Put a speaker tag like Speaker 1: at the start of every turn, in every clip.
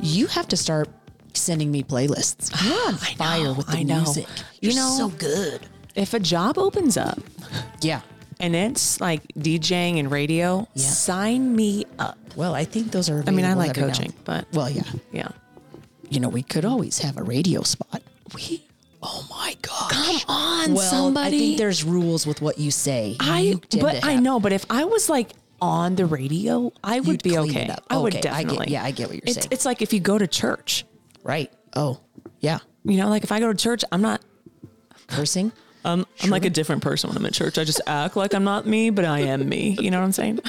Speaker 1: you have to start sending me playlists. You're on fire with the
Speaker 2: I know.
Speaker 1: music.
Speaker 2: You
Speaker 1: You're
Speaker 2: know-
Speaker 1: so good.
Speaker 2: If a job opens up
Speaker 1: Yeah.
Speaker 2: and it's like DJing and radio,
Speaker 1: Yeah.
Speaker 2: sign me up.
Speaker 1: Well, I think those are.
Speaker 2: I mean, I
Speaker 1: available
Speaker 2: like
Speaker 1: every now and
Speaker 2: coaching,
Speaker 1: then.
Speaker 2: but
Speaker 1: Well, yeah.
Speaker 2: yeah.
Speaker 1: You know, we could always have a radio spot. We. Oh my god.
Speaker 2: Come on,
Speaker 1: well, I think there's rules with what you say. You
Speaker 2: I
Speaker 1: tend
Speaker 2: but
Speaker 1: to
Speaker 2: I
Speaker 1: have-
Speaker 2: know, but if I was like on the radio, I would
Speaker 1: You'd
Speaker 2: be
Speaker 1: clean
Speaker 2: okay.
Speaker 1: it up.
Speaker 2: I would
Speaker 1: Okay, I get-
Speaker 2: definitely.
Speaker 1: yeah, I get what you're
Speaker 2: it's,
Speaker 1: saying.
Speaker 2: It's like if you go to church,
Speaker 1: right. Oh, yeah.
Speaker 2: you know, like if I go to church, I'm not.
Speaker 1: Cursing.
Speaker 2: Um, I'm like a different person when I'm at church. I just act like I'm not me, but I am me. You know what I'm saying?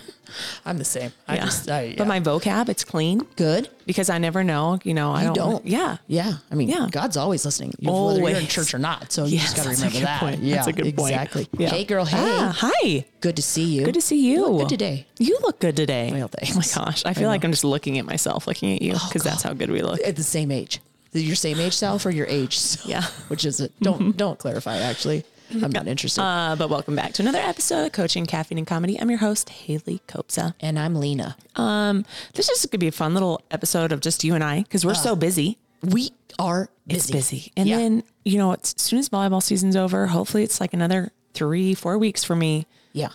Speaker 1: I'm the same. I
Speaker 2: Yeah.
Speaker 1: just. I, yeah.
Speaker 2: But my vocab, it's clean
Speaker 1: good.
Speaker 2: because I never know. You know, I
Speaker 1: You
Speaker 2: don't.
Speaker 1: don't.
Speaker 2: Yeah.
Speaker 1: Yeah. I mean,
Speaker 2: Yeah.
Speaker 1: God's always listening, you- whether you're in
Speaker 2: Always.
Speaker 1: church or not. So you
Speaker 2: Yes,
Speaker 1: just got to
Speaker 2: that's a
Speaker 1: remember
Speaker 2: good
Speaker 1: that.
Speaker 2: point.
Speaker 1: Yeah.
Speaker 2: That's a good point.
Speaker 1: exactly.
Speaker 2: Yeah.
Speaker 1: Hey, girl. Hey.
Speaker 2: Ah, hi.
Speaker 1: Good to see you.
Speaker 2: Good to see you.
Speaker 1: look good today.
Speaker 2: You look good today.
Speaker 1: Well, thanks. Oh,
Speaker 2: Oh my gosh. I feel like I'm just looking at myself, looking at you because that's how good we look.
Speaker 1: At the same age. Your same age, South, or your age? So-
Speaker 2: Yeah. Mm-hmm.
Speaker 1: Which is it? Don't don't clarify. Actually, I'm not interested.
Speaker 2: Uh, but welcome back to another episode of Coaching Caffeine and Comedy. I'm your host, Haley Kopsa.
Speaker 1: and I'm Lena.
Speaker 2: Um, this is going to be a fun little episode of just you and I because we're so busy.
Speaker 1: We are Oh, busy.
Speaker 2: It's busy. And
Speaker 1: Yeah.
Speaker 2: then, you know, it's, as soon as volleyball season's over, hopefully it's like another three, four weeks for me.
Speaker 1: Yeah.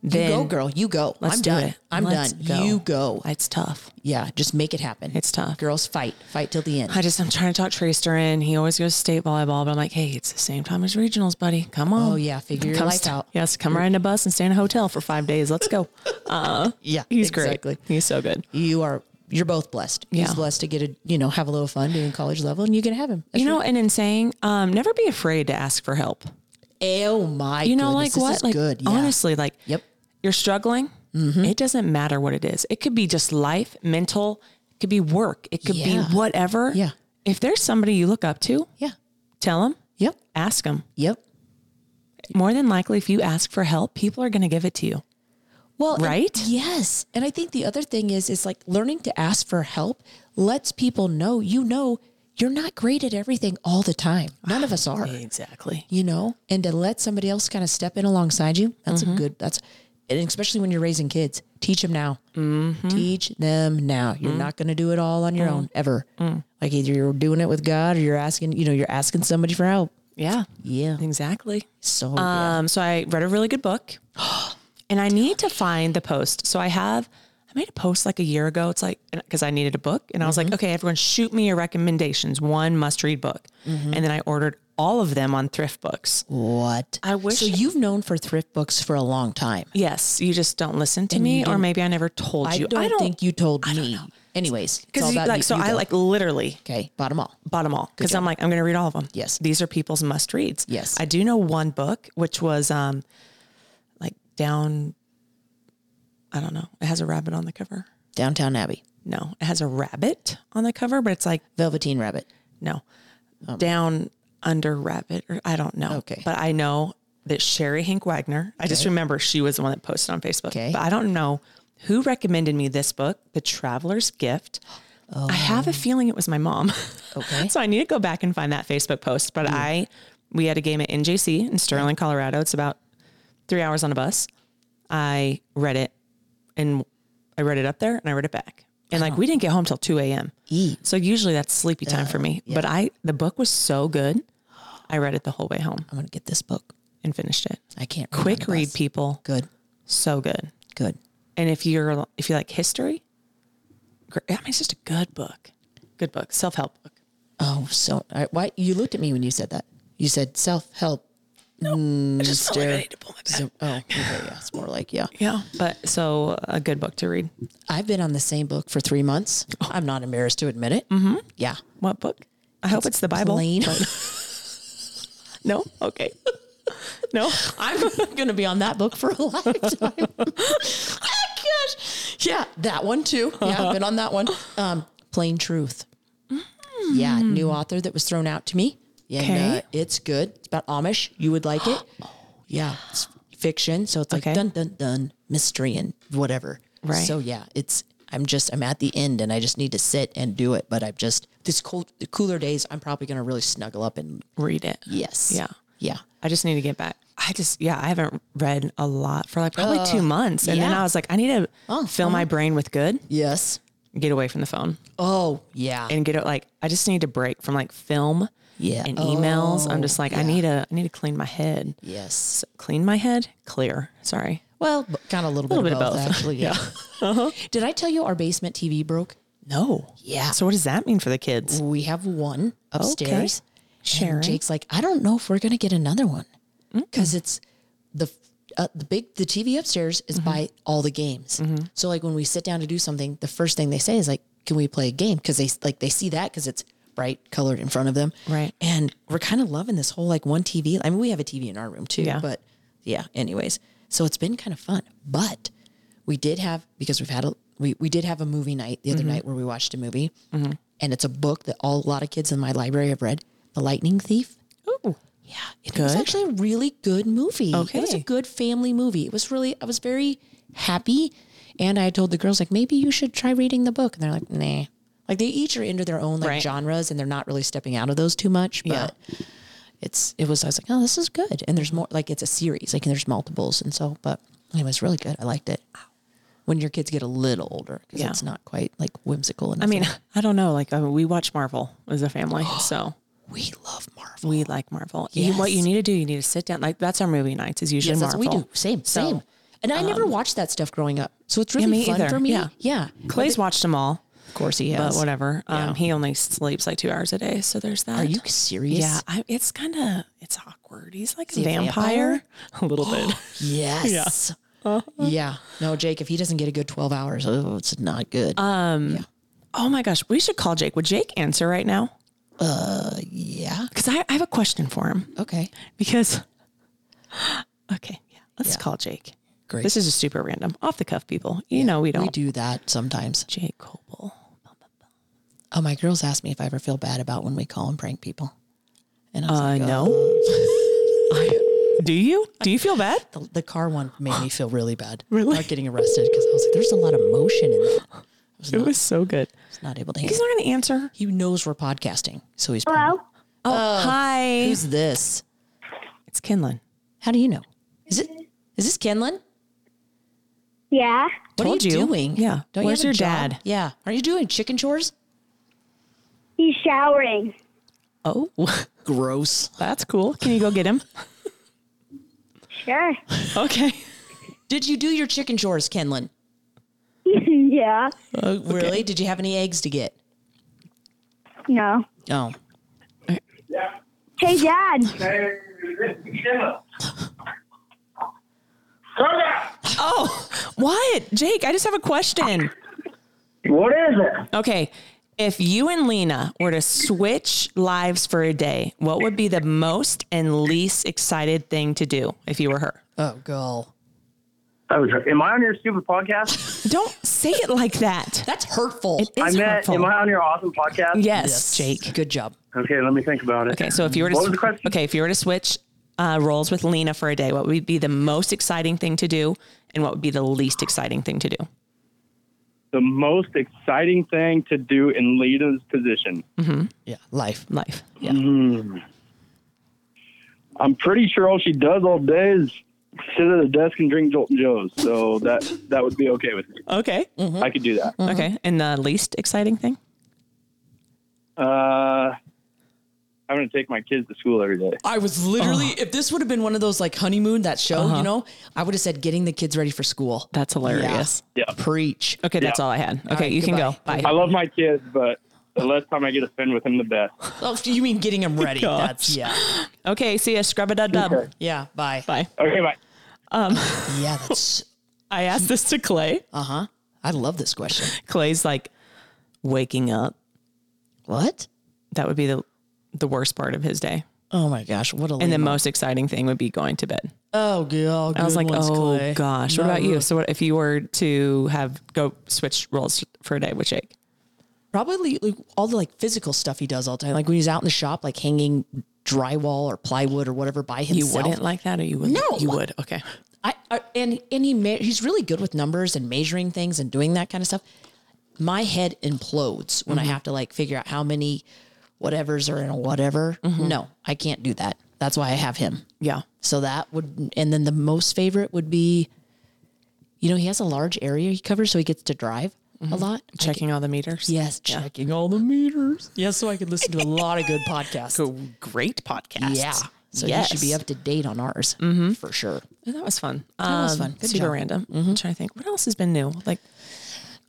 Speaker 2: Then-
Speaker 1: you go, girl. You go.
Speaker 2: Let's
Speaker 1: I'm
Speaker 2: do
Speaker 1: done.
Speaker 2: it.
Speaker 1: I'm
Speaker 2: Let's
Speaker 1: done.
Speaker 2: go.
Speaker 1: You go.
Speaker 2: Oh, It's tough.
Speaker 1: Yeah. Just make it happen.
Speaker 2: It's tough.
Speaker 1: Girls, fight. Fight till the end.
Speaker 2: I just, I'm trying to talk Tracer in. He always goes to state volleyball, but I'm like, hey, it's the same time as regionals, buddy. Come on.
Speaker 1: Oh, yeah. Figure your
Speaker 2: Come
Speaker 1: life
Speaker 2: st-
Speaker 1: out.
Speaker 2: Yes. Come ride in a bus and stay in a hotel for five days. Let's go.
Speaker 1: Yeah.
Speaker 2: He's
Speaker 1: exactly.
Speaker 2: great. He's so good.
Speaker 1: You are. You're both blessed.
Speaker 2: Yeah.
Speaker 1: He's blessed to get a you know have a little fun doing college level, and you can have him.
Speaker 2: You know, and in saying, um, never be afraid to ask for help.
Speaker 1: oh my.
Speaker 2: You know,
Speaker 1: goodness,
Speaker 2: like
Speaker 1: this
Speaker 2: what?
Speaker 1: is
Speaker 2: like
Speaker 1: good. Yeah.
Speaker 2: honestly, like
Speaker 1: Yep. Mm-hmm.
Speaker 2: you're struggling. It doesn't matter what it is. It could be just life, mental. It could be work. It could
Speaker 1: Yeah.
Speaker 2: be whatever.
Speaker 1: Yeah.
Speaker 2: If there's somebody you look up to,
Speaker 1: Yeah.
Speaker 2: tell them.
Speaker 1: Yep.
Speaker 2: Ask them.
Speaker 1: Yep.
Speaker 2: More than likely, if you ask for help, people are going to give it to you.
Speaker 1: Well, and-
Speaker 2: Right?
Speaker 1: yes. And I think the other thing is, is like learning to ask for help lets people know, you know, you're not great at everything all the time. None of us are,
Speaker 2: Exactly.
Speaker 1: you know, and to let somebody else kind of step in alongside you. That's
Speaker 2: Mm-hmm.
Speaker 1: a good, that's, and especially when you're raising kids, teach them now,
Speaker 2: Mm-hmm.
Speaker 1: teach them now. You're
Speaker 2: Mm.
Speaker 1: not going to do it all on your own ever. Like either you're doing it with God or you're asking, you know, you're asking somebody for help.
Speaker 2: Yeah.
Speaker 1: Yeah.
Speaker 2: Exactly.
Speaker 1: So
Speaker 2: Um, so I read a really good book and I need to find the post. So I have, I made a post like a year ago. It's like, cause I needed a book and I was
Speaker 1: Mm-hmm.
Speaker 2: like, okay, everyone shoot me your recommendations, one must read book.
Speaker 1: Mm-hmm.
Speaker 2: And then I ordered all of them on thrift books.
Speaker 1: what?
Speaker 2: I wish-
Speaker 1: So you've known for thrift books for a long time.
Speaker 2: Yes. You just don't listen to me or maybe I never told
Speaker 1: I
Speaker 2: you.
Speaker 1: don't, think you told me. Anyways, it's all
Speaker 2: cause you,
Speaker 1: about
Speaker 2: like,
Speaker 1: you-
Speaker 2: so
Speaker 1: you
Speaker 2: I
Speaker 1: go.
Speaker 2: like literally
Speaker 1: okay, bottom all.
Speaker 2: bought them all because I'm like, I'm going to read all of them.
Speaker 1: Yes.
Speaker 2: These are people's must reads.
Speaker 1: Yes.
Speaker 2: I do know one book, which was um, like down, I don't know. It has a rabbit on the cover.
Speaker 1: Downtown Abbey,
Speaker 2: No, it has a rabbit on the cover, but it's like,
Speaker 1: Velveteen Rabbit.
Speaker 2: no, down under rabbit. Or, I don't know.
Speaker 1: Um, Okay.
Speaker 2: But I know that Sherry Hink Wagner, I just remember she was the one that posted on Facebook.
Speaker 1: Okay.
Speaker 2: But I don't know who recommended me this book, The Traveler's Gift. I have a feeling it was my mom.
Speaker 1: Oh. Okay. Hmm.
Speaker 2: So I need to go back and find that Facebook post. But I, we had a game at NJC in Sterling, Colorado. It's about three hours on a bus. I read it and I read it up there and I read it back. And like we didn't get home till 2 a.m.
Speaker 1: Eat.
Speaker 2: So usually that's sleepy time for me. But I, the book was so good. I read it the whole way home
Speaker 1: I'm gonna get this book.
Speaker 2: and finished it.
Speaker 1: I can't. read on
Speaker 2: Quick
Speaker 1: the
Speaker 2: read,
Speaker 1: bus.
Speaker 2: people.
Speaker 1: Good,
Speaker 2: So good.
Speaker 1: good.
Speaker 2: And if you're, if you like history, gr- I mean, it's just a good book. Good book. Self help book.
Speaker 1: Oh, so I, why you looked at me when you said that? You said self help.
Speaker 2: I just felt like I
Speaker 1: stare.
Speaker 2: need to pull my back.
Speaker 1: Oh, okay, yeah. It's more like yeah.
Speaker 2: Yeah. But so a good book to read.
Speaker 1: I've been on the same book for three months.
Speaker 2: Oh.
Speaker 1: I'm not embarrassed to admit it. Mm-hmm. Yeah.
Speaker 2: What book? I hope it's the Bible.
Speaker 1: Plain.
Speaker 2: No? Okay. No?
Speaker 1: I'm gonna be on that book for a lifetime. oh, gosh. Yeah, that one too. Yeah, I've been on that one. Um, Plain Truth.
Speaker 2: Mm.
Speaker 1: Yeah, new author that was thrown out to me. Yeah,
Speaker 2: Okay. Oh,
Speaker 1: it's good. It's about Amish. You would like it. Yeah, it's fiction, so it's like
Speaker 2: Okay.
Speaker 1: dun dun dun mystery and whatever.
Speaker 2: Right.
Speaker 1: So yeah, it's. I'm just. I'm at the end, and I just need to sit and do it. But I've just this cold, cooler days. I'm probably gonna really snuggle up and
Speaker 2: Read it.
Speaker 1: yes,
Speaker 2: Yeah.
Speaker 1: yeah.
Speaker 2: I just need to get back. I just, yeah, I haven't read a lot for like probably two months. And then
Speaker 1: Uh, yeah. Oh,
Speaker 2: I was like, I need to fill my brain with good.
Speaker 1: Yes.
Speaker 2: get away from the phone
Speaker 1: Oh yeah.
Speaker 2: and get it like I just need a break from like film
Speaker 1: Yeah. Oh,
Speaker 2: and emails. I'm just like I need a I need to clean my head.
Speaker 1: yes.
Speaker 2: So clean my head, clear. Sorry.
Speaker 1: Well, kind of a little, bit,
Speaker 2: bit
Speaker 1: of
Speaker 2: of
Speaker 1: both,
Speaker 2: both.
Speaker 1: actually. Yeah. Uh-huh. Did I tell you our basement TV broke?
Speaker 2: No.
Speaker 1: Yeah.
Speaker 2: So what does that mean for the kids?
Speaker 1: We have one upstairs.
Speaker 2: Sharing.
Speaker 1: And Jake's like, I don't know if we're gonna get another one because it's the uh, the big the TV upstairs is by all the games. So like when we sit down to do something, the first thing they say is like, "Can we play a game?" Because they like they see that because it's bright colored in front of them.
Speaker 2: Right.
Speaker 1: And we're kind of loving this whole like one TV. I mean, we have a TV in our room too.
Speaker 2: Yeah.
Speaker 1: But yeah. Anyways, so it's been kind of fun. But we did have because we've had a we we did have a movie night the other night where we watched a movie, and it's a book that all a lot of kids in my library have read, The Lightning Thief.
Speaker 2: Ooh.
Speaker 1: Yeah, it was
Speaker 2: Good.
Speaker 1: actually a really good movie. it was a
Speaker 2: Okay.
Speaker 1: good family movie. It was really I was very happy, and I told the girls like maybe you should try reading the book, and they're like nah. Like they each are into their own like
Speaker 2: Right.
Speaker 1: genres, and they're not really stepping out of those too much. But it's it was I was like oh this is good, and there's more like it's a series like and there's multiples, and so but it was really good. I liked it. When your kids get a little older, because
Speaker 2: Yeah.
Speaker 1: it's not quite like whimsical. And
Speaker 2: I mean, I don't know. Like I mean, we watch Marvel as a family, so
Speaker 1: we love Marvel.
Speaker 2: we like Marvel. You- what you
Speaker 1: Yes.
Speaker 2: need to do, you need to sit down. Like that's our movie nights is usually
Speaker 1: Yes, that's
Speaker 2: Marvel.
Speaker 1: what we do. Same,
Speaker 2: So,
Speaker 1: same. And I never watched that stuff growing up, um, so it's really
Speaker 2: me
Speaker 1: fun
Speaker 2: either.
Speaker 1: for me.
Speaker 2: Yeah. Clay's watched them all,
Speaker 1: of course he
Speaker 2: but
Speaker 1: has.
Speaker 2: whatever. Um, he only sleeps like two hours a day, so there's that.
Speaker 1: Are you serious?
Speaker 2: Yeah, I, it's kind of it's awkward. He's like a
Speaker 1: he a
Speaker 2: vampire, a little bit.
Speaker 1: Yes. Yeah. Uh-huh. No, Jake. If he doesn't get a good twelve hours, oh, it's not good.
Speaker 2: oh my gosh, we should call Jake. Would Jake answer right now? Uh,
Speaker 1: yeah.
Speaker 2: Because I, I have a question for him.
Speaker 1: Okay.
Speaker 2: Because okay, yeah, let's call Jake.
Speaker 1: Great.
Speaker 2: This is a super random, off the cuff people. You know we don't.
Speaker 1: We do that sometimes.
Speaker 2: Jake Coble.
Speaker 1: Oh, my girls ask me if I ever feel bad about when we call and prank people, and I was
Speaker 2: Uh,
Speaker 1: like,
Speaker 2: no. do you? Do you feel bad?
Speaker 1: oh. the, the car one made me feel really bad. Really? Not getting arrested because I was like, there's a lot of motion in that. I was
Speaker 2: It
Speaker 1: not,
Speaker 2: was so good.
Speaker 1: was not able to handle.
Speaker 2: He's not going to answer.
Speaker 1: He knows we're podcasting, so he's
Speaker 3: Hello?
Speaker 2: Oh, hi.
Speaker 1: Who's this?
Speaker 2: It's Kinlan.
Speaker 1: How do you know? Is it is this Kenlin?
Speaker 3: Yeah.
Speaker 1: What
Speaker 2: Told
Speaker 1: are you,
Speaker 2: you.
Speaker 1: doing?
Speaker 2: Yeah.
Speaker 1: Don't
Speaker 2: Where's
Speaker 1: you have a
Speaker 2: your
Speaker 1: job?
Speaker 2: dad?
Speaker 1: Yeah. Are you doing chicken chores?
Speaker 3: He's showering.
Speaker 2: Oh,
Speaker 1: Gross.
Speaker 2: that's cool. Can you go get him?
Speaker 3: Sure.
Speaker 2: Okay.
Speaker 1: Did you do your chicken chores, Kenlin?
Speaker 3: yeah.
Speaker 1: Really? Did you have any eggs to get?
Speaker 3: No.
Speaker 1: Oh.
Speaker 3: Hey, Dad.
Speaker 2: Oh, what? Jake, I just have a question.
Speaker 4: What is it?
Speaker 2: Okay. If you and Lena were to switch lives for a day, what would be the most and least excited thing to do if you were her?
Speaker 1: Oh, girl.
Speaker 4: Oh, am I on your stupid podcast?
Speaker 2: Don't say it like that.
Speaker 1: That's hurtful.
Speaker 2: It
Speaker 4: I
Speaker 2: is
Speaker 4: meant,
Speaker 2: hurtful.
Speaker 4: am I on your awesome podcast?
Speaker 2: yes, Jake.
Speaker 1: Good job.
Speaker 4: Okay, let me think about it.
Speaker 2: Okay, so if you were to
Speaker 4: What was the question?
Speaker 2: okay, if you were to switch uh, roles with Lena for a day, what would be the most exciting thing to do, and what would be the least exciting thing to do?
Speaker 4: The most exciting thing to do in Lena's position.
Speaker 1: Yeah. Life.
Speaker 2: Life. Yeah.
Speaker 4: Mm-hmm. I'm pretty sure all she does all day is sit at a desk and drink Jolton Joes. So that that would be okay with me.
Speaker 2: Okay.
Speaker 4: I could do that.
Speaker 2: Okay. And the least exciting thing?
Speaker 4: Uh, I'm going to take my kids to school every day.
Speaker 1: I was literally, if this would have been one of those like honeymoon, that show, you know, I would have said getting the kids ready for school.
Speaker 2: That's hilarious.
Speaker 4: Yeah.
Speaker 1: Preach.
Speaker 2: Okay, that's
Speaker 4: Yeah.
Speaker 2: all I had. Okay,
Speaker 1: right,
Speaker 2: you can
Speaker 1: goodbye.
Speaker 2: go. Bye.
Speaker 4: I love my kids, but the less time I get to spend with them, the best.
Speaker 1: Oh, you mean getting them ready?
Speaker 2: Gosh.
Speaker 1: That's yeah.
Speaker 2: Okay, see ya. Scrub a dub dub.
Speaker 4: Okay.
Speaker 1: Yeah. Bye.
Speaker 2: Bye.
Speaker 4: Okay, bye.
Speaker 1: Yeah. That's.
Speaker 2: I asked this to Clay.
Speaker 1: Uh huh. I love this question.
Speaker 2: Clay's like waking up.
Speaker 1: What?
Speaker 2: That would be the the worst part of his day.
Speaker 1: Oh my gosh. What a.
Speaker 2: And the most exciting thing would be going to bed.
Speaker 1: Oh, girl.
Speaker 2: I was like, oh gosh. What about you? So, what if you were to have go switch roles for a day with Jake?
Speaker 1: Probably like, all the like physical stuff he does all the time. Like when he's out in the shop, like hanging drywall or plywood or whatever by himself.
Speaker 2: like that, or you would?
Speaker 1: No.
Speaker 2: you would. Okay.
Speaker 1: I, I and and he ma- he's really good with numbers and measuring things and doing that kind of stuff. My head implodes when I have to like figure out how many whatevers are in a whatever. No, I can't do that. That's why I have him.
Speaker 2: Yeah.
Speaker 1: So that would, and then the most favorite would be, you know, he has a large area he covers, so he gets to drive. a lot. I could-
Speaker 2: Checking all the meters.
Speaker 1: yes, checking all the meters. Yes, so I could listen to a lot of good podcasts.
Speaker 2: Go- Great podcast.
Speaker 1: Yeah. So
Speaker 2: yes.
Speaker 1: you should be up to date on ours for sure.
Speaker 2: And that was fun. Um, Mm-hmm.
Speaker 1: That was fun. Good
Speaker 2: super
Speaker 1: job.
Speaker 2: random. I'm trying to think. What else has been new? Like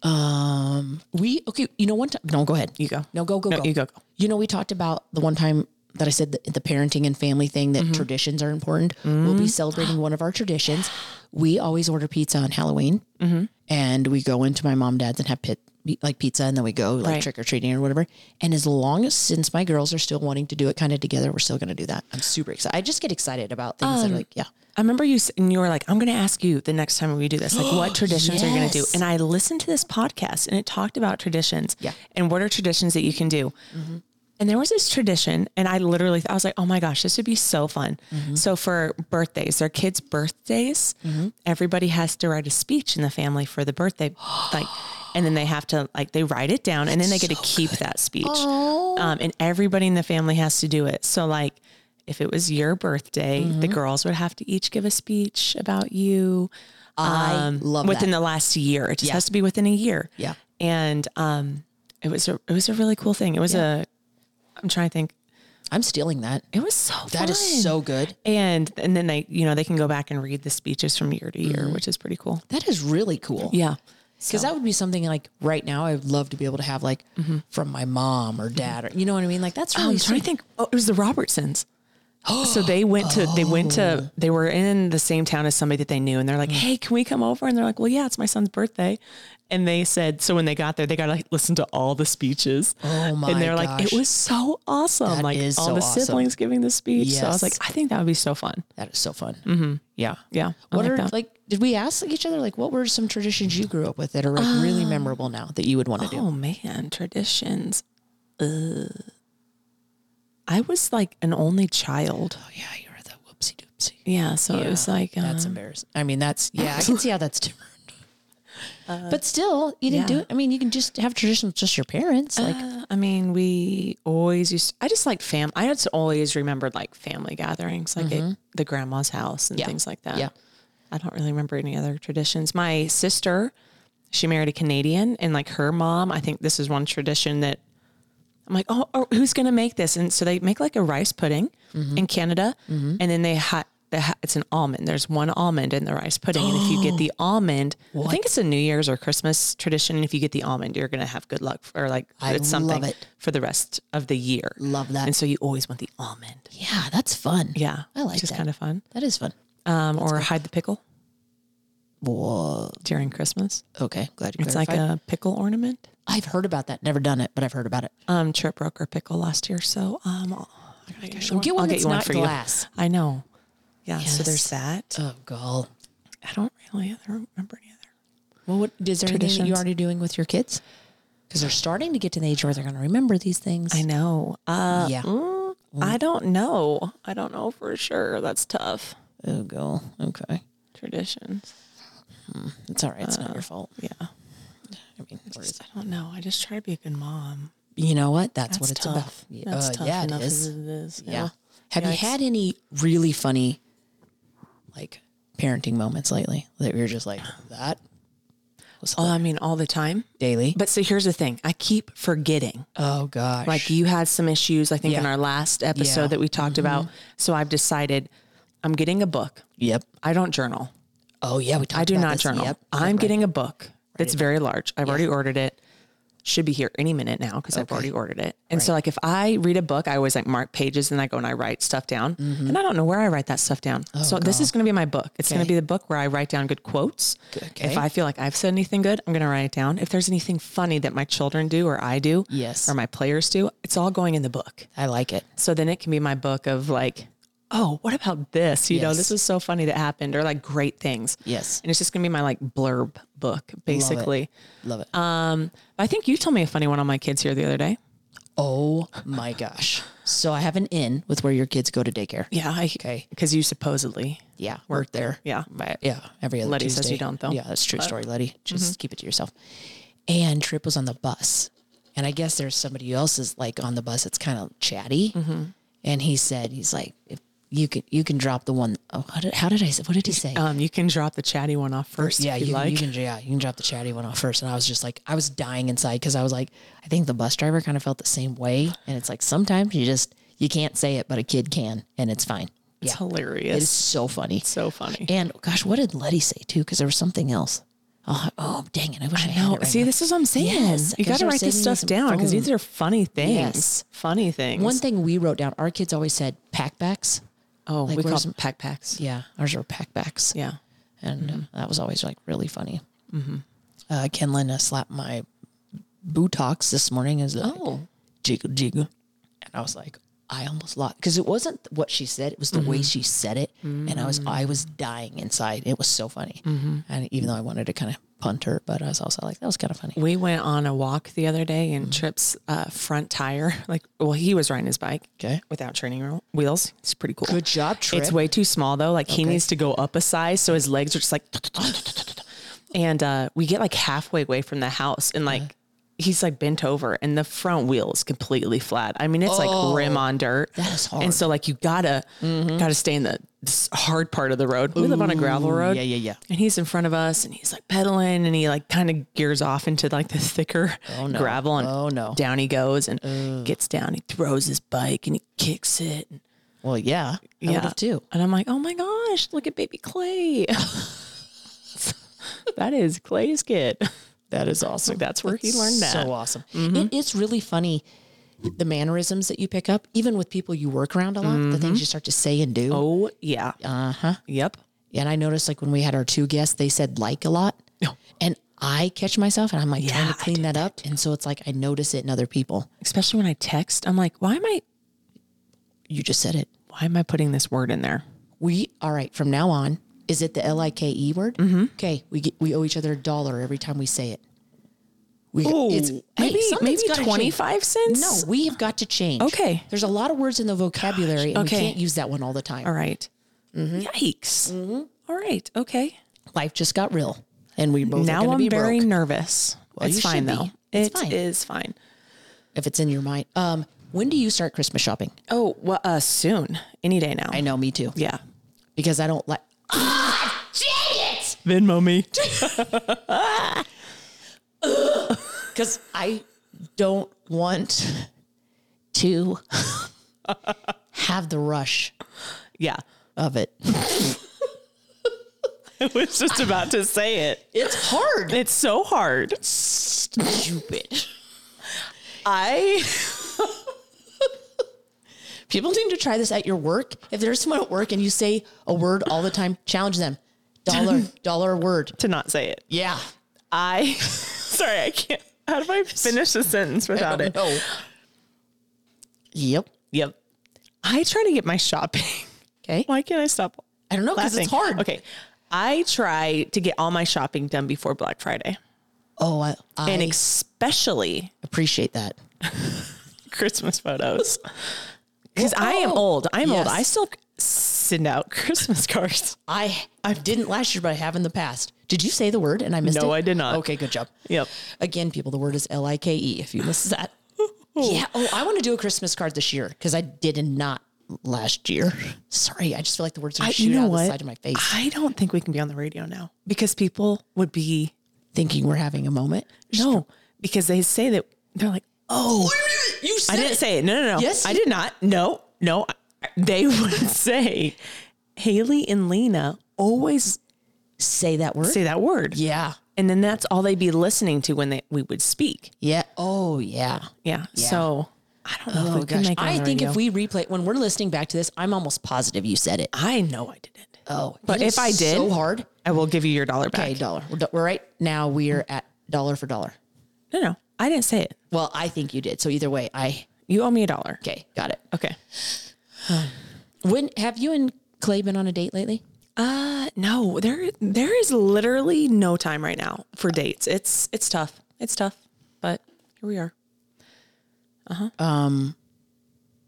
Speaker 1: Um, we okay. You know, one time. No, go ahead.
Speaker 2: you go.
Speaker 1: No, go go
Speaker 2: No,
Speaker 1: go.
Speaker 2: you go, go.
Speaker 1: You know, we talked about the one time that I said the, the parenting and family thing
Speaker 2: Mm-hmm.
Speaker 1: that traditions are important. We'll be celebrating one of our traditions. We always order pizza on Halloween,
Speaker 2: Mm-hmm.
Speaker 1: and we go into my mom dad's and have pit like pizza, and then we go like
Speaker 2: Right.
Speaker 1: trick or treating or whatever. And as long as since my girls are still wanting to do it kind of together, we're still going to do that. I'm super excited. I just get excited about things
Speaker 2: Um,
Speaker 1: that are like yeah.
Speaker 2: I remember you s- and you were like, I'm going to ask you the next time we do this, like what traditions are you going to do?
Speaker 1: Yes.
Speaker 2: And I listened to this podcast and it talked about traditions.
Speaker 1: Yeah.
Speaker 2: And what are traditions that you can do? And there was this tradition, and I literally, I was like, oh my gosh, this would be so fun.
Speaker 1: Mm-hmm.
Speaker 2: So for birthdays, their kids' birthdays, everybody has to write a speech in the family for the birthday, like, and then they have to like they write it down, and then they get to keep that speech,
Speaker 1: Oh.
Speaker 2: um, and everybody in the family has to do it. So like. If it was your birthday, the
Speaker 1: Mm-hmm.
Speaker 2: girls would have to each give a speech about you. Um,
Speaker 1: I love that.
Speaker 2: within the last year. It just
Speaker 1: Yeah.
Speaker 2: has to be within a year.
Speaker 1: Yeah.
Speaker 2: And um, it was a it was a really cool thing. It was a I'm trying to think.
Speaker 1: I'm stealing that.
Speaker 2: It was so
Speaker 1: That is
Speaker 2: fun.
Speaker 1: so good.
Speaker 2: and and then they you know they can go back and read the speeches from year to year,
Speaker 1: Mm-hmm.
Speaker 2: which is pretty cool.
Speaker 1: That is really cool.
Speaker 2: Yeah.
Speaker 1: Because that would be something like right now, I would love to be able to have like from my mom or dad or you know what I mean. Like that's
Speaker 2: Mm-hmm. Oh,
Speaker 1: really
Speaker 2: I'm trying to think. Oh, it was the Robertsons. so they went to they went to they were in the same town as somebody that they knew, and they're
Speaker 1: Mm.
Speaker 2: like, "Hey, can we come over?" And they're like, "Well, yeah, it's my son's birthday." And they said, so when they got there, they got to like listen to all the speeches.
Speaker 1: Oh my
Speaker 2: And they're like, "It
Speaker 1: gosh.
Speaker 2: was so awesome!
Speaker 1: That
Speaker 2: like
Speaker 1: is
Speaker 2: all
Speaker 1: so
Speaker 2: the
Speaker 1: awesome.
Speaker 2: siblings giving the speech." So I was
Speaker 1: Yes.
Speaker 2: like, "I think that would be so fun."
Speaker 1: that is so fun.
Speaker 2: Yeah, yeah. Mm-hmm. I
Speaker 1: What
Speaker 2: like
Speaker 1: are
Speaker 2: that.
Speaker 1: like? Did we ask each other like what were some traditions you grew up with that are like really
Speaker 2: Um,
Speaker 1: memorable now that you would want to do?
Speaker 2: Oh man, traditions. Uh, I was like an only child.
Speaker 1: Oh yeah, you were the whoopsie doopsie.
Speaker 2: Yeah, so it was like um,
Speaker 1: That's embarrassing. I mean, that's yeah. I can see how that's different. but still, you didn't do
Speaker 2: Uh, yeah.
Speaker 1: it. I mean, you can just have traditions with just your parents. Like
Speaker 2: Uh, I mean, we always used. I just like fam. I just always remembered like family gatherings, like at the grandma's house and things like that.
Speaker 1: Mm-hmm. Yeah.
Speaker 2: I don't really remember any other traditions. My sister, she married a Canadian, and like her mom, I think this is one tradition that I'm like, oh, oh, who's gonna make this? And so they make like a rice pudding
Speaker 1: Mm-hmm.
Speaker 2: in Canada, and then they ha- the ha- it's an almond. There's one almond in the rice pudding, and if you get the almond, I think it's a New Year's or Christmas tradition. And if you get the almond, you're gonna have good luck or like
Speaker 1: I
Speaker 2: it's something
Speaker 1: love it.
Speaker 2: for the rest of the year.
Speaker 1: Love that.
Speaker 2: And so you always want the almond.
Speaker 1: yeah, that's fun.
Speaker 2: Yeah,
Speaker 1: I like
Speaker 2: which is
Speaker 1: that.
Speaker 2: kind of fun.
Speaker 1: that is fun.
Speaker 2: Um, or hide the pickle
Speaker 1: Whoa.
Speaker 2: during Christmas.
Speaker 1: Okay, glad you
Speaker 2: It's like
Speaker 1: clarified.
Speaker 2: a pickle ornament.
Speaker 1: I've heard about that. Never done it, but I've heard about it.
Speaker 2: Um, Trip broke her pickle last year, so um, I'll- I gotta get, you
Speaker 1: Get
Speaker 2: I'll
Speaker 1: one
Speaker 2: get
Speaker 1: that's
Speaker 2: you one
Speaker 1: not
Speaker 2: for
Speaker 1: glass.
Speaker 2: you. I know. Yeah. So
Speaker 1: Yes.
Speaker 2: there's that.
Speaker 1: Oh, God.
Speaker 2: Uh, I don't really. I don't remember any other.
Speaker 1: Well, what is there anything that
Speaker 2: Traditions.
Speaker 1: you're already doing with your kids? Because they're starting to get to the age where they're going to remember these things. Mm.
Speaker 2: I know. Uh,
Speaker 1: yeah.
Speaker 2: I don't know. I don't know for sure. That's tough.
Speaker 1: Oh, God. Okay.
Speaker 2: Traditions.
Speaker 1: It's all right. It's not your fault.
Speaker 2: Yeah.
Speaker 1: I mean, or is-
Speaker 2: I don't know. I just try to be a good mom.
Speaker 1: you know what? That's,
Speaker 2: That's
Speaker 1: what it's
Speaker 2: tough.
Speaker 1: about. Yeah,
Speaker 2: That's
Speaker 1: uh,
Speaker 2: tough
Speaker 1: yeah,
Speaker 2: enough
Speaker 1: it is.
Speaker 2: as it is.
Speaker 1: Yeah. Have
Speaker 2: Yeah,
Speaker 1: you
Speaker 2: it's-
Speaker 1: had any really funny, like, parenting moments lately that you're just like, that was
Speaker 2: Oh, I mean, all the time.
Speaker 1: daily?
Speaker 2: But so here's the thing. I keep forgetting.
Speaker 1: oh, gosh.
Speaker 2: Like you had some issues, I think, in
Speaker 1: Yeah.
Speaker 2: our last episode
Speaker 1: Yeah.
Speaker 2: that we talked about. So I've decided I'm getting a book.
Speaker 1: yep.
Speaker 2: I don't journal.
Speaker 1: Oh, yeah. We talked
Speaker 2: I do
Speaker 1: about
Speaker 2: not
Speaker 1: this.
Speaker 2: journal.
Speaker 1: Yep.
Speaker 2: I'm getting a book that's very large. I've already ordered it. Should be here any minute now because I've already ordered it. And so, like, if I read a book, I always like mark pages and I go and I write stuff down.
Speaker 1: Mm-hmm.
Speaker 2: And I don't know where I write that stuff down.
Speaker 1: Oh,
Speaker 2: so this is going to be my book. It's going to be the book where I write down good quotes.
Speaker 1: Okay.
Speaker 2: If I feel like I've said anything good, I'm going to write it down. If there's anything funny that my children do or I do,
Speaker 1: Yes.
Speaker 2: or my players do, it's all going in the book.
Speaker 1: I like it.
Speaker 2: So then it can be my book of like, oh, what about this? You know,
Speaker 1: Yes.
Speaker 2: this was so funny that happened, or like great things.
Speaker 1: Yes.
Speaker 2: And it's just gonna be my like blurb book, basically.
Speaker 1: Love it.
Speaker 2: I think you told me a funny one on my kids here the other day.
Speaker 1: Oh my gosh. So I have an in with where your kids go to daycare.
Speaker 2: Yeah. I,
Speaker 1: Okay.
Speaker 2: Because you supposedly.
Speaker 1: Yeah. Work there.
Speaker 2: Yeah.
Speaker 1: Yeah. Every other
Speaker 2: Letty
Speaker 1: Tuesday.
Speaker 2: says you don't, though. Mm-hmm.
Speaker 1: Yeah, that's a true story, Letty. Just keep it to yourself. And Trip was on the bus. And I
Speaker 2: Mm-hmm.
Speaker 1: guess there's somebody else's like on the bus that's kind of chatty. And he said, he's like, if you can you can drop the one oh how did, how did I say what did he say?
Speaker 2: Um, you can drop the chatty one off first.
Speaker 1: yeah,
Speaker 2: if you,
Speaker 1: you, can-
Speaker 2: like.
Speaker 1: you can yeah, you can drop the chatty one off first. And I was just like I was dying inside because I was like, I think the bus driver kind of felt the same way. And it's like sometimes you just you can't say it, but a kid can and it's fine.
Speaker 2: It's
Speaker 1: yeah.
Speaker 2: hilarious.
Speaker 1: It is so funny.
Speaker 2: so funny.
Speaker 1: And gosh, what did Letty say too? Because there was something else. Oh, oh dang it. I wish I, had
Speaker 2: No,
Speaker 1: it right
Speaker 2: see,
Speaker 1: now.
Speaker 2: this is what I'm saying.
Speaker 1: Yes,
Speaker 2: you
Speaker 1: I
Speaker 2: got to
Speaker 1: should've
Speaker 2: write
Speaker 1: saved
Speaker 2: this
Speaker 1: me
Speaker 2: stuff
Speaker 1: some
Speaker 2: down because these
Speaker 1: phone.
Speaker 2: are funny things.
Speaker 1: Yes.
Speaker 2: Funny things.
Speaker 1: One thing we wrote down, our kids always said packbacks.
Speaker 2: oh,
Speaker 1: like,
Speaker 2: we call
Speaker 1: where's-
Speaker 2: them pack packs.
Speaker 1: Yeah, ours were packbacks.
Speaker 2: Yeah.
Speaker 1: And um, that was always like really funny. Uh, Ken Lynn uh, slapped my buttocks this morning as like,
Speaker 2: Oh.
Speaker 1: jiggle, jiggle. And I was like, I almost lost because it wasn't what she said; it was the way she said it, and I was I was dying inside. It was so funny, and even though I wanted to kind of punt her, but I was also like, that was kind of funny.
Speaker 2: We went on a walk the other day and
Speaker 1: Mm-hmm.
Speaker 2: Trip's uh, front tire, like, well, he was riding his bike
Speaker 1: Okay.
Speaker 2: without training wheel- wheels. It's pretty cool.
Speaker 1: Good job, Trip.
Speaker 2: It's way too small though. Like he needs to go up a size, so his legs are just like. and uh, we get like halfway away from the house, and like he's like bent over, and the front wheel is completely flat. I mean, it's like rim on dirt.
Speaker 1: Oh. that is hard. Mm-hmm.
Speaker 2: And so like you gotta gotta stay in the this hard part of the road. We live on a gravel road.
Speaker 1: yeah, yeah, yeah.
Speaker 2: And he's in front of us, and he's like pedaling, and he like kind of gears off into like the thicker
Speaker 1: no.
Speaker 2: gravel, and
Speaker 1: Oh, no.
Speaker 2: down he goes, and gets down. He throws his bike, and he kicks it. and
Speaker 1: Well, yeah, I would have too.
Speaker 2: and I'm like, oh my gosh, look at baby Clay. that is Clay's kid.
Speaker 1: That is awesome.
Speaker 2: that's where he learned that.
Speaker 1: So awesome. It is really funny the mannerisms that you pick up, even with people you work around a lot, the things you start to say and do.
Speaker 2: Oh yeah. Uh
Speaker 1: Uh-huh.
Speaker 2: huh. Yep.
Speaker 1: And I noticed like when we had our two guests, they said like a lot. And I catch myself and I'm like trying to
Speaker 2: I
Speaker 1: clean that up. and so it's like I notice it in other people.
Speaker 2: Especially when I text, I'm like, why am I
Speaker 1: You just said it.
Speaker 2: why am I putting this word in there?
Speaker 1: We all right, from now on, is it the L I K E word? Mm-hmm. Okay. We get, we owe each other a dollar every time we say it. We it's hey,
Speaker 2: maybe
Speaker 1: something's
Speaker 2: maybe
Speaker 1: gotta change.
Speaker 2: twenty five cents.
Speaker 1: No, we have got to change.
Speaker 2: Okay.
Speaker 1: There's a lot of words in the vocabulary and
Speaker 2: Okay.
Speaker 1: we can't use that one all the time.
Speaker 2: All right. Mm-hmm. Yikes. All right. Okay.
Speaker 1: Life just got real. And we both are
Speaker 2: now
Speaker 1: gonna
Speaker 2: I'm
Speaker 1: be
Speaker 2: very
Speaker 1: broke.
Speaker 2: nervous. it's
Speaker 1: you
Speaker 2: fine
Speaker 1: should be.
Speaker 2: though.
Speaker 1: It's
Speaker 2: It
Speaker 1: fine.
Speaker 2: is fine.
Speaker 1: if it's in your mind. Um, when do you start Christmas shopping?
Speaker 2: Oh well, uh, soon. Any day now.
Speaker 1: I know, me too.
Speaker 2: Yeah.
Speaker 1: Because I don't like
Speaker 2: Venmo me.
Speaker 1: because I don't want to have the rush
Speaker 2: Yeah.
Speaker 1: of it.
Speaker 2: I was just about to say it.
Speaker 1: It's hard.
Speaker 2: It's so hard.
Speaker 1: Stupid.
Speaker 2: I
Speaker 1: People need to try this at your work. If there's someone at work and you say a word all the time, challenge them. Dollar, dollar a word.
Speaker 2: to not say it.
Speaker 1: Yeah.
Speaker 2: I sorry, I can't. How do I finish a sentence without it?
Speaker 1: No. Oh. Yep.
Speaker 2: Yep. I try to get my shopping.
Speaker 1: Okay.
Speaker 2: Why can't I stop?
Speaker 1: I don't know because
Speaker 2: laughing?
Speaker 1: it's hard.
Speaker 2: Okay. I try to get all my shopping done before Black Friday,
Speaker 1: Oh, I, I
Speaker 2: and especially
Speaker 1: appreciate that.
Speaker 2: Christmas photos. Because I am old. I'm old.
Speaker 1: Oh, Yes.
Speaker 2: I still send out Christmas cards.
Speaker 1: I I didn't last year, but I have in the past. Did you say the word and I missed it?
Speaker 2: No, I did not.
Speaker 1: Okay, good job.
Speaker 2: Yep.
Speaker 1: Again, people, the word is L I K E if you missed that. yeah. Oh, I want to do a Christmas card this year because I did not last year. Sorry. I just feel like the words are
Speaker 2: I-
Speaker 1: going
Speaker 2: you
Speaker 1: to shoot
Speaker 2: know
Speaker 1: out
Speaker 2: what?
Speaker 1: the side of my face
Speaker 2: I don't think we can be on the radio now because people would be
Speaker 1: thinking we're having a moment.
Speaker 2: No, because they say that they're like, oh,
Speaker 1: You said
Speaker 2: I didn't say it. No, no, no.
Speaker 1: Yes,
Speaker 2: I
Speaker 1: you-
Speaker 2: did not. No, no. They would say, Haley and Lena always
Speaker 1: say that word.
Speaker 2: say that word.
Speaker 1: yeah.
Speaker 2: And then that's all they'd be listening to when they, we would speak.
Speaker 1: Yeah. Oh, yeah.
Speaker 2: Yeah. So I don't know if
Speaker 1: Oh,
Speaker 2: we can
Speaker 1: gosh.
Speaker 2: make it. on
Speaker 1: I
Speaker 2: the
Speaker 1: think if
Speaker 2: radio.
Speaker 1: we replay, when we're listening back to this, I'm almost positive you said it.
Speaker 2: I know I didn't.
Speaker 1: Oh,
Speaker 2: But
Speaker 1: it
Speaker 2: if
Speaker 1: is
Speaker 2: I did-
Speaker 1: so hard.
Speaker 2: I will give you your dollar back.
Speaker 1: Okay, dollar. We're, do- we're right now. We are at dollar for dollar.
Speaker 2: No, no. I didn't say it.
Speaker 1: Well, I think you did. So either way, I
Speaker 2: You owe me a dollar.
Speaker 1: okay, got it.
Speaker 2: Okay.
Speaker 1: When have you and Clay been on a date lately?
Speaker 2: Uh no, there there is literally no time right now for dates. It's it's tough. It's tough. But here we are.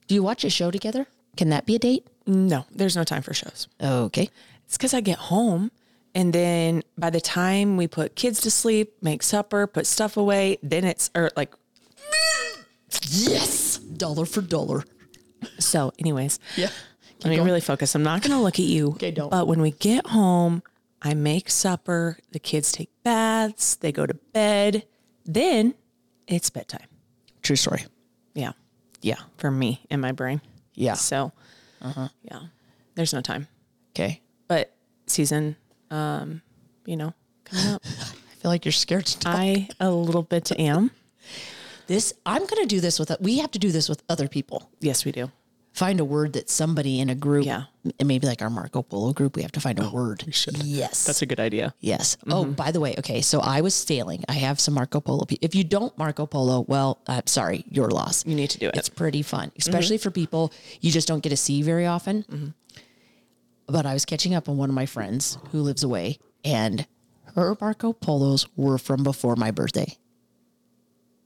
Speaker 1: Do you watch a show together? Can that be a date?
Speaker 2: No, there's no time for shows.
Speaker 1: Okay.
Speaker 2: It's because I get home and then by the time we put kids to sleep, make supper, put stuff away, then it's or like
Speaker 1: Yes, dollar for dollar.
Speaker 2: so anyways.
Speaker 1: Yeah.
Speaker 2: Let me really focus. I'm not going to look at you.
Speaker 1: Okay, don't.
Speaker 2: But when we get home, I make supper. The kids take baths. They go to bed. Then it's bedtime.
Speaker 1: True story.
Speaker 2: Yeah. Yeah. For me in my brain.
Speaker 1: Yeah.
Speaker 2: So, yeah, there's no time.
Speaker 1: Okay.
Speaker 2: But season, um, you know, coming up.
Speaker 1: I feel like you're scared to talk.
Speaker 2: I a little bit am.
Speaker 1: this. I'm going to do this with, we have to do this with other people.
Speaker 2: Yes, we do.
Speaker 1: Find a word that somebody in a group,
Speaker 2: Yeah.
Speaker 1: and maybe like our Marco Polo group, Oh, we have to find a word. Yes.
Speaker 2: a good idea.
Speaker 1: Yes. Oh,
Speaker 2: Mm-hmm.
Speaker 1: by the way, okay. So I was failing. I have some Marco Polo. pe- If you don't Marco Polo, well, I'm sorry, your loss.
Speaker 2: You need to do it. Mm-hmm.
Speaker 1: It's pretty fun, especially for people you just don't get to see very often.
Speaker 2: Mm-hmm.
Speaker 1: But I was catching up on one of my friends who lives away, and her Marco Polos were from before my birthday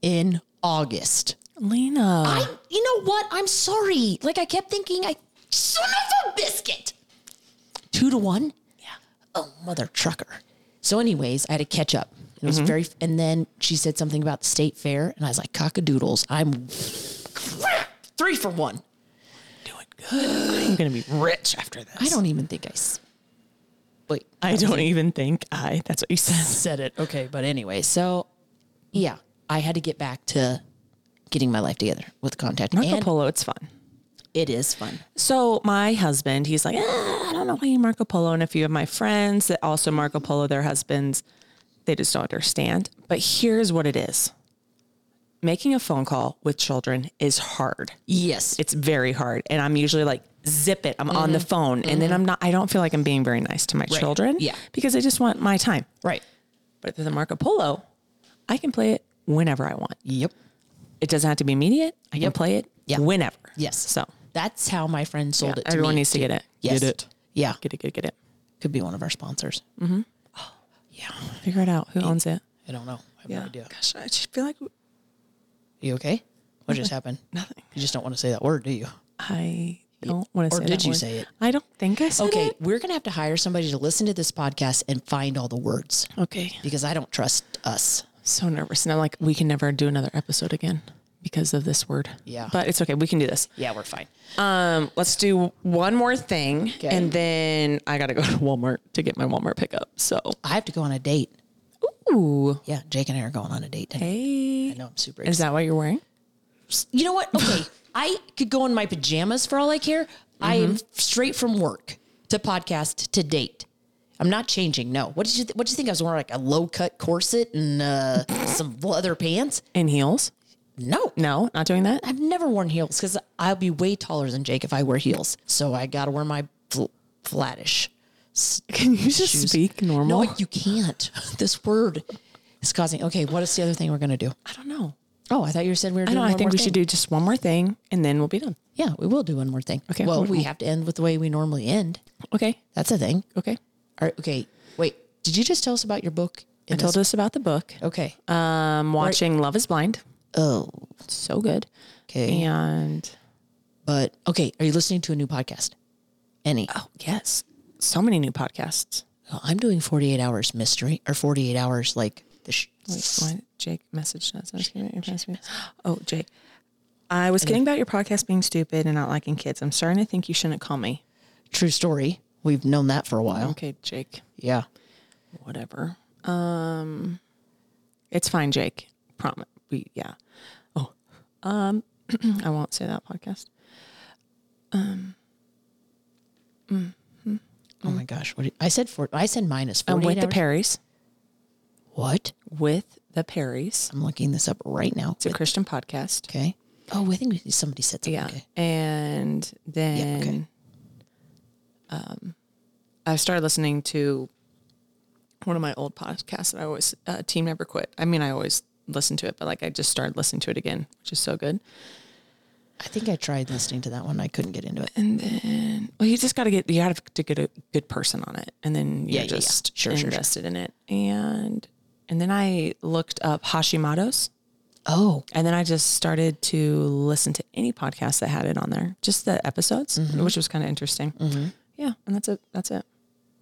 Speaker 1: in August.
Speaker 2: Lena.
Speaker 1: I, you know what? I'm sorry. Like I kept thinking, I son of a biscuit. Two to one. Yeah. Oh, mother trucker. So, anyways, I had to catch up. It was very, and then she said something about the state fair, and I was like, cockadoodles. I'm three for one.
Speaker 2: doing good. I'm gonna be rich after this.
Speaker 1: I don't even think I. s- Wait,
Speaker 2: I don't e-, even think I. That's what you said.
Speaker 1: said it. Okay, but anyway, so yeah, I had to get back to getting my life together with contact.
Speaker 2: Marco
Speaker 1: and
Speaker 2: Polo. It's fun.
Speaker 1: It is fun.
Speaker 2: So my husband, he's like, "Ah, I don't know why you Marco Polo, and a few of my friends that also Marco Polo, their husbands, they just don't understand. But here's what it is: making a phone call with children is hard.
Speaker 1: Yes,
Speaker 2: It's very hard, and I'm usually like, zip it. I'm on the
Speaker 1: Mm-hmm.
Speaker 2: phone, and then I'm not. I don't feel like I'm being very nice to my children,
Speaker 1: Yeah.
Speaker 2: because I just want my time.
Speaker 1: right.
Speaker 2: But through the Marco Polo, I can play it whenever I want.
Speaker 1: Yep.
Speaker 2: It doesn't have to be immediate. I can play it
Speaker 1: Yeah.
Speaker 2: whenever.
Speaker 1: Yes.
Speaker 2: So
Speaker 1: That's how my friend sold it to
Speaker 2: everyone
Speaker 1: me.
Speaker 2: needs to get it.
Speaker 1: Yes. Yeah.
Speaker 2: Get it. Get it. Get it.
Speaker 1: Could be one of our sponsors.
Speaker 2: Mm-hmm.
Speaker 1: Oh,
Speaker 2: Figure it out. Who owns it?
Speaker 1: I don't know. I have no idea.
Speaker 2: Gosh, I just feel like
Speaker 1: You okay? What just happened?
Speaker 2: nothing.
Speaker 1: You just don't want to say that word, do you?
Speaker 2: I don't want to
Speaker 1: Or
Speaker 2: say.
Speaker 1: did
Speaker 2: that
Speaker 1: you
Speaker 2: word.
Speaker 1: say it?
Speaker 2: I don't think I said
Speaker 1: Okay,
Speaker 2: it.
Speaker 1: we're going to have to hire somebody to listen to this podcast and find all the words
Speaker 2: Okay.
Speaker 1: because I don't trust us.
Speaker 2: So nervous, and I'm like, we can never do another episode again because of this word.
Speaker 1: Yeah.
Speaker 2: But it's okay. We can do this.
Speaker 1: Yeah, we're fine.
Speaker 2: Um, let's do one more thing, and then I gotta go to Walmart to get my Walmart pickup. So.
Speaker 1: I have to go on a date.
Speaker 2: Ooh.
Speaker 1: Yeah, Jake and I are going on a date tonight.
Speaker 2: Hey.
Speaker 1: I know I'm super
Speaker 2: Is
Speaker 1: excited.
Speaker 2: that what you're wearing?
Speaker 1: You know what? Okay, I could go in my pajamas for all I care. I am
Speaker 2: Mm-hmm.
Speaker 1: straight from work to podcast to date. I'm not changing. No. What did you th- What did you think I was wearing? Like a low cut corset and uh, some leather pants?
Speaker 2: In heels?
Speaker 1: No.
Speaker 2: No, not doing that.
Speaker 1: I've never worn heels because I'll be way taller than Jake if I wear heels. So I got to wear my fl- flattish.
Speaker 2: Can you just speak normal?
Speaker 1: No, you can't. This word is causing. Okay, what is the other thing we're gonna do?
Speaker 2: I don't know.
Speaker 1: Oh, I thought you said we were
Speaker 2: I
Speaker 1: doing.
Speaker 2: don't. I
Speaker 1: one more
Speaker 2: think we
Speaker 1: thing.
Speaker 2: should do just one more thing, and then we'll be done.
Speaker 1: Yeah, we will do one more thing.
Speaker 2: Okay,
Speaker 1: Well,
Speaker 2: one
Speaker 1: we
Speaker 2: more.
Speaker 1: have to end with the way we normally end.
Speaker 2: Okay.
Speaker 1: That's a thing.
Speaker 2: Okay.
Speaker 1: All right, okay. Wait, did you just tell us about your book?
Speaker 2: I told us about the book.
Speaker 1: Okay.
Speaker 2: I'm Um, watching Love Is Blind.
Speaker 1: oh,
Speaker 2: So good.
Speaker 1: okay.
Speaker 2: And
Speaker 1: But okay, are you listening to a new podcast? Any?
Speaker 2: oh yes, so many new podcasts.
Speaker 1: Oh, I'm doing 48 hours mystery or 48 hours like the. Sh-
Speaker 2: Wait, why Jake messaged us? asking about your podcast. Oh, Jake, I was kidding about your podcast being stupid and not liking kids. I'm starting to think you shouldn't call me.
Speaker 1: True story. We've known that for a while.
Speaker 2: Okay, Jake.
Speaker 1: Yeah.
Speaker 2: Whatever. Um, it's fine, Jake. Promise. We yeah. Oh, um, I won't say that podcast.
Speaker 1: Oh my gosh. What did, I said for I said minus 48
Speaker 2: I'm with Mm. Oh, the
Speaker 1: hours.
Speaker 2: Perrys.
Speaker 1: What?
Speaker 2: With the Perrys.
Speaker 1: I'm looking this up right now.
Speaker 2: It's a Christian podcast.
Speaker 1: Okay. Oh, I think we- somebody said something.
Speaker 2: Yeah.
Speaker 1: Okay.
Speaker 2: And then um, I started listening to one of my old podcasts that I always, uh, Team Never Quit. I mean, I always listen to it, but like I just started listening to it again, which is so good.
Speaker 1: I think I tried listening to that one. I couldn't get into it.
Speaker 2: And then, well, you just got to get, you have to get a good person on it. And then you're
Speaker 1: yeah, yeah.
Speaker 2: just
Speaker 1: Sure, sure, sure.
Speaker 2: invested in it. And, and then I looked up Hashimoto's.
Speaker 1: Oh,
Speaker 2: And then I just started to listen to any podcast that had it on there, just the episodes,
Speaker 1: Mm-hmm.
Speaker 2: which was kind of interesting. Yeah, and that's it. That's it.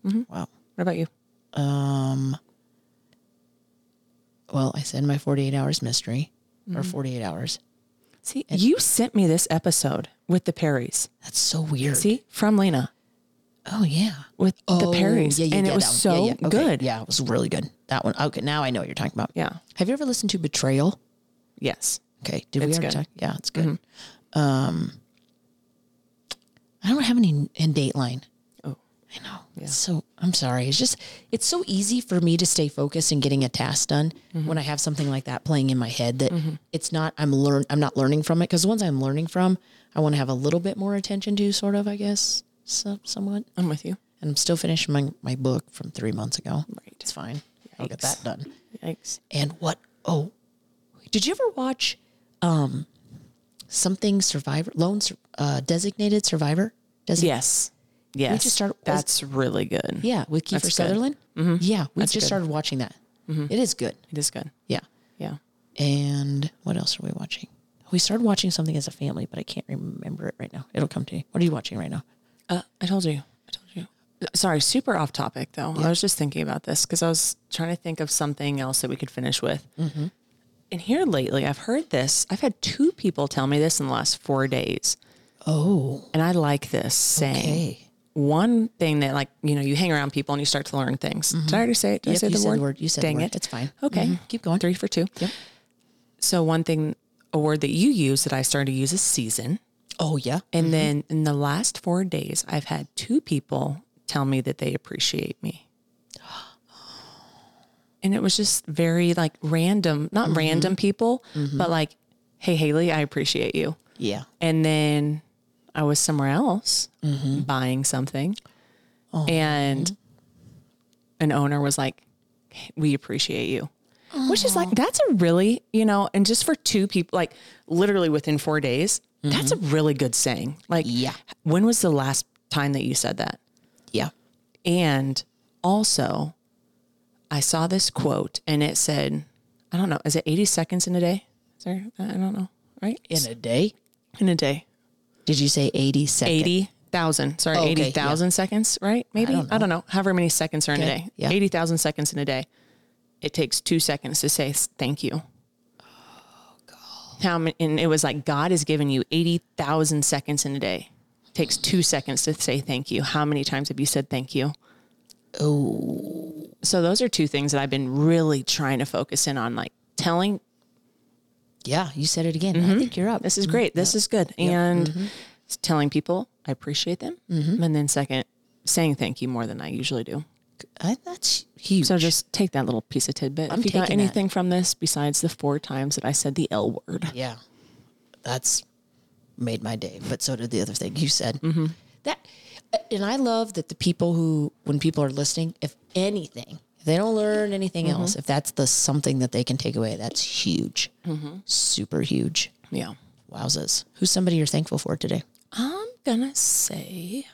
Speaker 1: wow.
Speaker 2: What about you?
Speaker 1: Um.
Speaker 2: Mm-hmm.
Speaker 1: Well, I said my 48 hours mystery or 48 hours.
Speaker 2: See, you sent me this episode with the Perrys.
Speaker 1: That's so weird.
Speaker 2: See, from Lena
Speaker 1: Oh yeah.
Speaker 2: with
Speaker 1: Oh,
Speaker 2: the Perrys,
Speaker 1: yeah, yeah,
Speaker 2: and
Speaker 1: yeah,
Speaker 2: it was
Speaker 1: that one.
Speaker 2: so
Speaker 1: Yeah, yeah. Okay,
Speaker 2: good.
Speaker 1: Yeah, it was really good. That one. Okay, now I know what you're talking about.
Speaker 2: Yeah.
Speaker 1: Have you ever listened to Betrayal?
Speaker 2: Yes.
Speaker 1: Okay, did we
Speaker 2: It's
Speaker 1: already
Speaker 2: good. Mm-hmm.
Speaker 1: talk? Yeah, it's good. Um, I don't have any in Dateline.
Speaker 2: Oh.
Speaker 1: I know. It's so I'm sorry. It's just it's so easy for me to stay focused and getting a task done
Speaker 2: Mm-hmm.
Speaker 1: when I have something like that playing in my head that it's not I'm learn I'm not learning from it because the ones I'm learning from I want to have a little bit more attention to, sort of I guess, so, somewhat.
Speaker 2: I'm with you.
Speaker 1: And I'm still finishing my my book from three months ago. Right, it's fine. I'll get that done.
Speaker 2: Yikes.
Speaker 1: And what? Oh, did you ever watch um something Survivor Lone Sur- uh, Designated Survivor? Designated
Speaker 2: Yes. Yes.
Speaker 1: just started-
Speaker 2: That's really good.
Speaker 1: Yeah, with Kiefer
Speaker 2: That's good. Mm-hmm.
Speaker 1: Sutherland. Yeah, we just
Speaker 2: good. Mm-hmm.
Speaker 1: started watching that. It is good.
Speaker 2: It is good.
Speaker 1: Yeah.
Speaker 2: Yeah.
Speaker 1: And what else are we watching? We started watching something as a family, but I can't remember it right now. It'll come to you. What are you watching right now?
Speaker 2: Uh, I told you. I told you. Sorry, super off topic though. I was just thinking about this because I was trying to think of something else that we could finish with.
Speaker 1: Mm-hmm.
Speaker 2: And here lately, I've heard this. I've had two people tell me this in the last four days,
Speaker 1: Oh,
Speaker 2: and I like this saying.
Speaker 1: okay.
Speaker 2: One thing that, like, you know, you hang around people and you start to learn things. Did I already say it? Did
Speaker 1: Mm-hmm. Yep,
Speaker 2: I say
Speaker 1: you
Speaker 2: the,
Speaker 1: said the
Speaker 2: word?
Speaker 1: word. You said the
Speaker 2: Dang
Speaker 1: word.
Speaker 2: it.
Speaker 1: It's fine.
Speaker 2: Okay,
Speaker 1: Keep going.
Speaker 2: Three for two.
Speaker 1: Yep.
Speaker 2: So one thing, a word that you use that I started to use is season.
Speaker 1: Oh yeah.
Speaker 2: And then in the last four days, I've had two people tell me that they appreciate me. And it was just very like random, not random people, but like, hey, Haley, I appreciate you.
Speaker 1: Yeah.
Speaker 2: And then I was somewhere else
Speaker 1: Mm-hmm.
Speaker 2: buying something.
Speaker 1: Oh,
Speaker 2: And an owner was like, "Hey, we appreciate you. Which is like, that's a really, you know, and just for two people, like literally within four days, that's a really good saying. Like,
Speaker 1: Mm-hmm. Yeah.
Speaker 2: when was the last time that you said that?
Speaker 1: Yeah.
Speaker 2: And also, I saw this quote and it said, I don't know, is it 80 seconds in a day? Is there, I don't know, right?
Speaker 1: In a day.
Speaker 2: in a day.
Speaker 1: Did you say eighty seconds?
Speaker 2: eighty thousand. Sorry,
Speaker 1: okay,
Speaker 2: eighty thousand seconds. Right? Maybe I don't know. However many seconds are in a
Speaker 1: Okay,
Speaker 2: day.
Speaker 1: yeah.
Speaker 2: Eighty thousand seconds in a day. It takes two seconds to say s- thank you. How many? And it was like God has given you eighty thousand seconds in a day. Takes two seconds to say thank you. How many times have you said thank you? Oh. So those are two things that I've been really trying to focus in on, like telling
Speaker 1: Yeah. You said it again. I think you're up.
Speaker 2: Mm-hmm. this is great. This is good. And s- telling people I appreciate them. And then second, saying thank you more than I usually do.
Speaker 1: I, that's huge.
Speaker 2: So just take that little piece of tidbit.
Speaker 1: I'm
Speaker 2: if you got
Speaker 1: taking that.
Speaker 2: anything from this besides the four times that I said the L word.
Speaker 1: Yeah. That's made my day. But so did the other thing you said.
Speaker 2: Mm-hmm.
Speaker 1: That and I love that the people who when people are listening, if anything, if they don't learn anything
Speaker 2: Mm-hmm.
Speaker 1: else, if that's the something that they can take away, that's huge.
Speaker 2: Mm-hmm.
Speaker 1: Super huge.
Speaker 2: Yeah.
Speaker 1: Wowzas. Who's somebody you're thankful for today?
Speaker 2: I'm gonna say.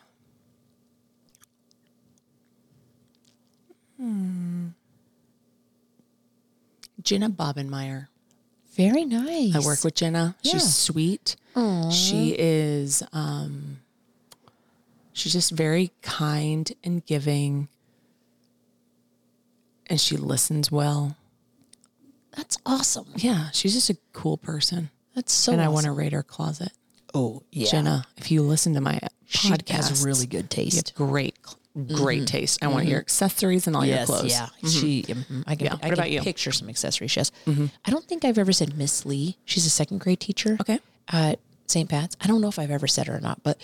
Speaker 2: Hmm. Jenna Bobenmeyer.
Speaker 1: Very nice.
Speaker 2: I work with Jenna.
Speaker 1: Yeah.
Speaker 2: She's sweet. She is um she's just very kind and giving. And she listens well.
Speaker 1: That's awesome.
Speaker 2: Yeah, she's just a cool person.
Speaker 1: That's so
Speaker 2: and I
Speaker 1: Oh, awesome.
Speaker 2: want to raid her closet.
Speaker 1: Oh yeah.
Speaker 2: Jenna, if you listen to my
Speaker 1: she
Speaker 2: podcast,
Speaker 1: has really good
Speaker 2: you have
Speaker 1: taste. Mm-hmm.
Speaker 2: great great taste. I want your accessories and all your clothes.
Speaker 1: Yeah. She. mhm, I can. I can
Speaker 2: Mm-hmm. about you? Mm-hmm.
Speaker 1: Picture some accessories. Yes. I don't think I've ever said Miss Lee. She's a second grade teacher.
Speaker 2: Okay.
Speaker 1: At St. Pat's. I don't know if I've ever said her or not, but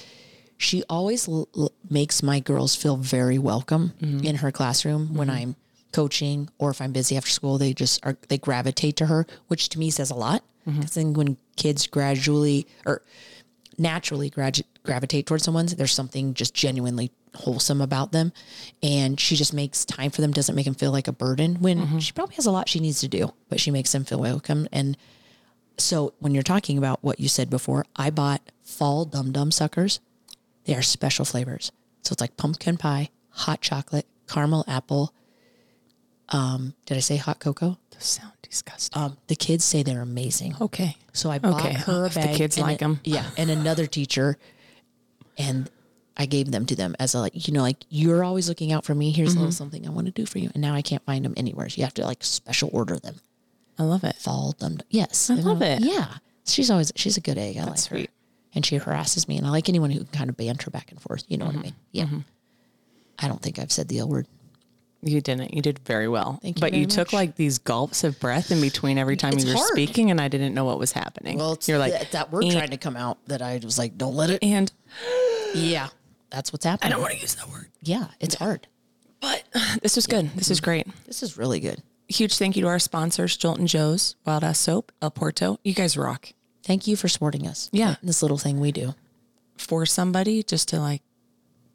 Speaker 1: she always l- l- makes my girls feel very welcome in her classroom when I'm coaching or if I'm busy after school. They just are. They gravitate to her, which to me says a lot. Because then when kids gradually or naturally gradu- gravitate towards someone. There's something just genuinely wholesome about them. And she just makes time for them, doesn't make them feel like a burden when she probably has a lot she needs to do, but she makes them feel welcome. And so when you're talking about what you said before, I bought fall dum dum suckers. They are special flavors. So it's like pumpkin pie, hot chocolate, caramel apple. Um, did I say hot cocoa?
Speaker 2: Those sound disgusting.
Speaker 1: Um, the kids say they're amazing.
Speaker 2: okay.
Speaker 1: So I bought
Speaker 2: Oh, Okay,
Speaker 1: her a
Speaker 2: if the
Speaker 1: bag.
Speaker 2: kids
Speaker 1: and
Speaker 2: like
Speaker 1: a-
Speaker 2: 'em.
Speaker 1: Yeah, and another teacher, and I gave them to them as a like, you know, like you're always looking out for me. Here's a little
Speaker 2: Mm-hmm.
Speaker 1: something I want to do for you, and now I can't find them anywhere. So you have to like special order them.
Speaker 2: I love it.
Speaker 1: Fall them. Yes, I
Speaker 2: love it.
Speaker 1: Yeah, She's always she's a good egg. I like her.
Speaker 2: sweet.
Speaker 1: And she harasses me, and I like anyone who can kind of banter back and forth. You know
Speaker 2: Mm-hmm.
Speaker 1: what I mean? Yeah. I don't think I've said the L word.
Speaker 2: You didn't. You did very well.
Speaker 1: Thank you
Speaker 2: But
Speaker 1: very
Speaker 2: you took
Speaker 1: much.
Speaker 2: like these gulps of breath in between every time
Speaker 1: It's
Speaker 2: you were
Speaker 1: hard.
Speaker 2: speaking, and I didn't know what was happening.
Speaker 1: Well, it's
Speaker 2: you're like
Speaker 1: that, that word
Speaker 2: "Eh,
Speaker 1: trying to come out that I was like, don't let it.
Speaker 2: and
Speaker 1: Yeah, that's what's happening.
Speaker 2: want to use that word.
Speaker 1: Yeah, it's hard.
Speaker 2: But this was good.
Speaker 1: Mm-hmm.
Speaker 2: This is great.
Speaker 1: This is really good.
Speaker 2: Huge thank you to our sponsors, Jolton Joe's, Wild Ass Soap, El Porto. You guys rock.
Speaker 1: Thank you for supporting us.
Speaker 2: Yeah.
Speaker 1: this little thing we do.
Speaker 2: For somebody just to like,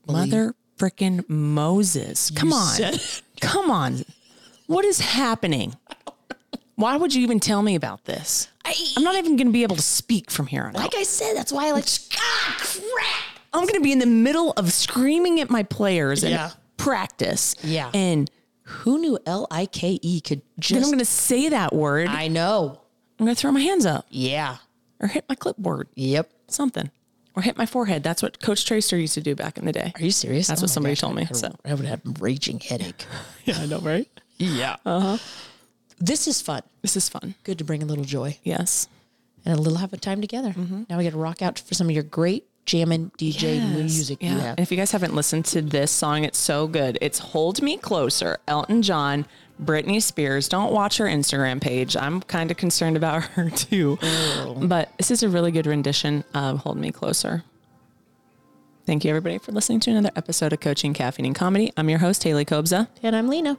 Speaker 2: mother freaking Moses. Come on. Come on. What is happening? Why would you even tell me about this? I, am not even going to be able to speak from here on out.
Speaker 1: Like I said, that's why I like. Ah, crap.
Speaker 2: I'm going to be in the middle of screaming at my players and
Speaker 1: Yeah.
Speaker 2: practice.
Speaker 1: Yeah.
Speaker 2: And
Speaker 1: Who knew L I K E could
Speaker 2: then
Speaker 1: just?
Speaker 2: I'm going to say that word. I,
Speaker 1: I know.
Speaker 2: am going to throw my hands up
Speaker 1: Yeah.
Speaker 2: or hit my clipboard,
Speaker 1: Yep.
Speaker 2: something, or hit my forehead. That's what Coach Tracer used to do back in the day.
Speaker 1: Are you serious?
Speaker 2: That's
Speaker 1: Oh
Speaker 2: what
Speaker 1: my
Speaker 2: somebody
Speaker 1: gosh,
Speaker 2: told me,
Speaker 1: I,
Speaker 2: so.
Speaker 1: I would have a raging headache.
Speaker 2: Yeah, I know, right?
Speaker 1: yeah. Uh huh. This is fun.
Speaker 2: This is fun.
Speaker 1: Good to bring a little joy
Speaker 2: Yes.
Speaker 1: and a little have a time together.
Speaker 2: Mm-hmm.
Speaker 1: Now we got to rock out for some of your great jamming DJ music you
Speaker 2: Yeah.
Speaker 1: have.
Speaker 2: And if you guys haven't listened to this song, it's so good. It's Hold Me Closer, Elton John, Britney Spears. Don't watch her Instagram page. I'm kind of concerned about her too.
Speaker 1: Oh.
Speaker 2: But this is a really good rendition of Hold Me Closer. Thank you, everybody, for listening to another episode of Coaching Caffeine and Comedy. I'm your host, Haley Kobza.
Speaker 1: And I'm Lena.